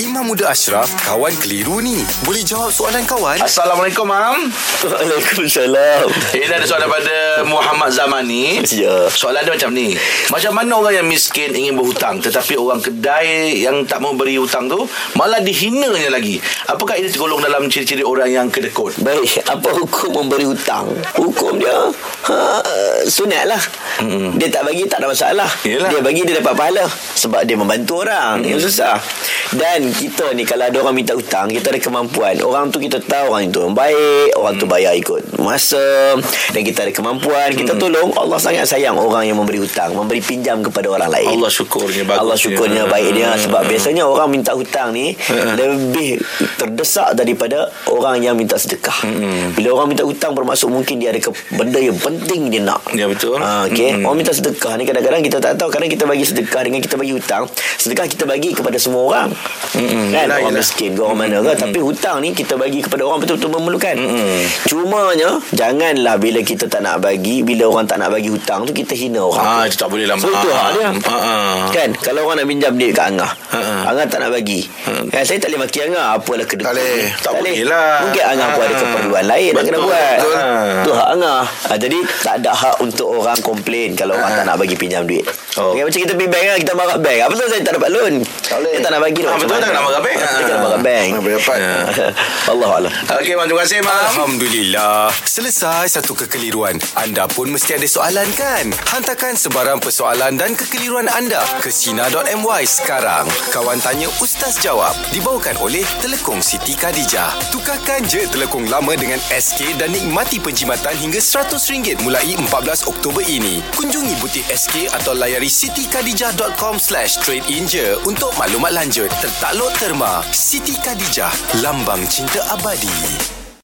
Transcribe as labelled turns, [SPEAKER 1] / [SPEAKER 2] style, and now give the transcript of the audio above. [SPEAKER 1] Imam Muda Ashraf, kawan keliru ni. Boleh jawab soalan kawan?
[SPEAKER 2] Assalamualaikum, Mam.
[SPEAKER 3] Waalaikumsalam
[SPEAKER 2] Ini ada soalan pada Muhammad Zamani.
[SPEAKER 3] Ya.
[SPEAKER 2] Soalan dia macam ni. Macam mana orang yang miskin ingin berhutang tetapi orang kedai yang tak mau beri hutang tu malah dihinanya lagi. Apakah ini tergolong dalam ciri-ciri orang yang kedekut?
[SPEAKER 3] Baik, apa hukum memberi hutang? Hukum dia ha, sunat lah. Mm-hmm. Dia tak bagi tak ada masalah.
[SPEAKER 2] Hmm. Yelah. Hmm.
[SPEAKER 3] Dia bagi dia dapat pahala. Sebab dia membantu orang. Mm-hmm. Yang susah. Dan kita ni kalau ada orang minta hutang, kita ada kemampuan. Orang tu kita tahu orang itu orang baik. Orang
[SPEAKER 2] Hmm.
[SPEAKER 3] tu bayar ikut masa. Dan kita ada kemampuan. Kita
[SPEAKER 2] Hmm.
[SPEAKER 3] tolong. Allah sangat sayang orang yang memberi hutang. Memberi pinjam kepada orang lain.
[SPEAKER 2] Allah syukurnya bagus. ya.
[SPEAKER 3] Allah syukurnya baik dia sebab biasanya orang minta hutang ni
[SPEAKER 2] Ha.
[SPEAKER 3] lebih terdesak daripada orang yang minta sedekah.
[SPEAKER 2] Hmm.
[SPEAKER 3] Bila orang minta hutang bermaksud mungkin dia ada ke, benda yang penting dia nak.
[SPEAKER 2] Ya, betul.
[SPEAKER 3] Ha okey. Orang minta sedekah ni kadang-kadang kita tak tahu kadang kita bagi sedekah dengan kita bagi hutang. Sedekah kita bagi kepada semua orang. Kan
[SPEAKER 2] Yelah,
[SPEAKER 3] orang
[SPEAKER 2] yelah.
[SPEAKER 3] miskin ke orang mana ke
[SPEAKER 2] Hmm.
[SPEAKER 3] tapi hutang ni kita bagi kepada orang betul-betul memerlukan. Cumanya janganlah bila kita tak nak bagi bila orang tak nak bagi hutang tu kita hina orang.
[SPEAKER 2] Ah, itu tak boleh lah.
[SPEAKER 3] Sebab tu
[SPEAKER 2] Ah,
[SPEAKER 3] hak dia.
[SPEAKER 2] ah, ah.
[SPEAKER 3] Kan Kalau orang nak pinjam duit kat Angah
[SPEAKER 2] ah.
[SPEAKER 3] Angah tak nak bagi
[SPEAKER 2] Ha.
[SPEAKER 3] kan, Saya tak boleh maki Angah Apalah kedekut
[SPEAKER 2] Tak boleh.
[SPEAKER 3] ni.
[SPEAKER 2] Tak boleh lah.
[SPEAKER 3] Mungkin Angah pun ada
[SPEAKER 2] Ah.
[SPEAKER 3] keperluan lain Nak kena
[SPEAKER 2] Betul,
[SPEAKER 3] buat
[SPEAKER 2] betul.
[SPEAKER 3] Itu hak Angah ha, Jadi tak ada hak untuk orang komplain Kalau orang tak nak bagi pinjam duit
[SPEAKER 2] Ha. Oh.
[SPEAKER 3] okay, Macam kita pergi bank lah Kita marah bank Apa tu saya tak dapat loan Dia tak nak bagi
[SPEAKER 2] Ah, betul, tak nak marah bank. Ha.
[SPEAKER 3] Dia tak
[SPEAKER 2] Ah.
[SPEAKER 3] nak marah bank
[SPEAKER 2] Tak boleh dapat.
[SPEAKER 3] Allah Allah
[SPEAKER 2] Ya. Okey, Mam. Terima kasih, Mam.
[SPEAKER 1] Alhamdulillah. Selesai satu kekeliruan. Anda pun mesti ada soalan kan? Hantarkan sebarang persoalan dan kekeliruan anda ke Sina.my sekarang. Kawan Tanya Ustaz Jawab. Dibawakan oleh Telekong Siti Khadijah. Tukarkan je telekong lama dengan SK dan nikmati penjimatan hingga RM100 mulai 14 Oktober ini. Kunjungi butik SK atau layari sitikadijah.com slash trade-in je untuk maklumat lanjut. Tertakluk terma. Siti Khadijah. Lambang cinta abadi.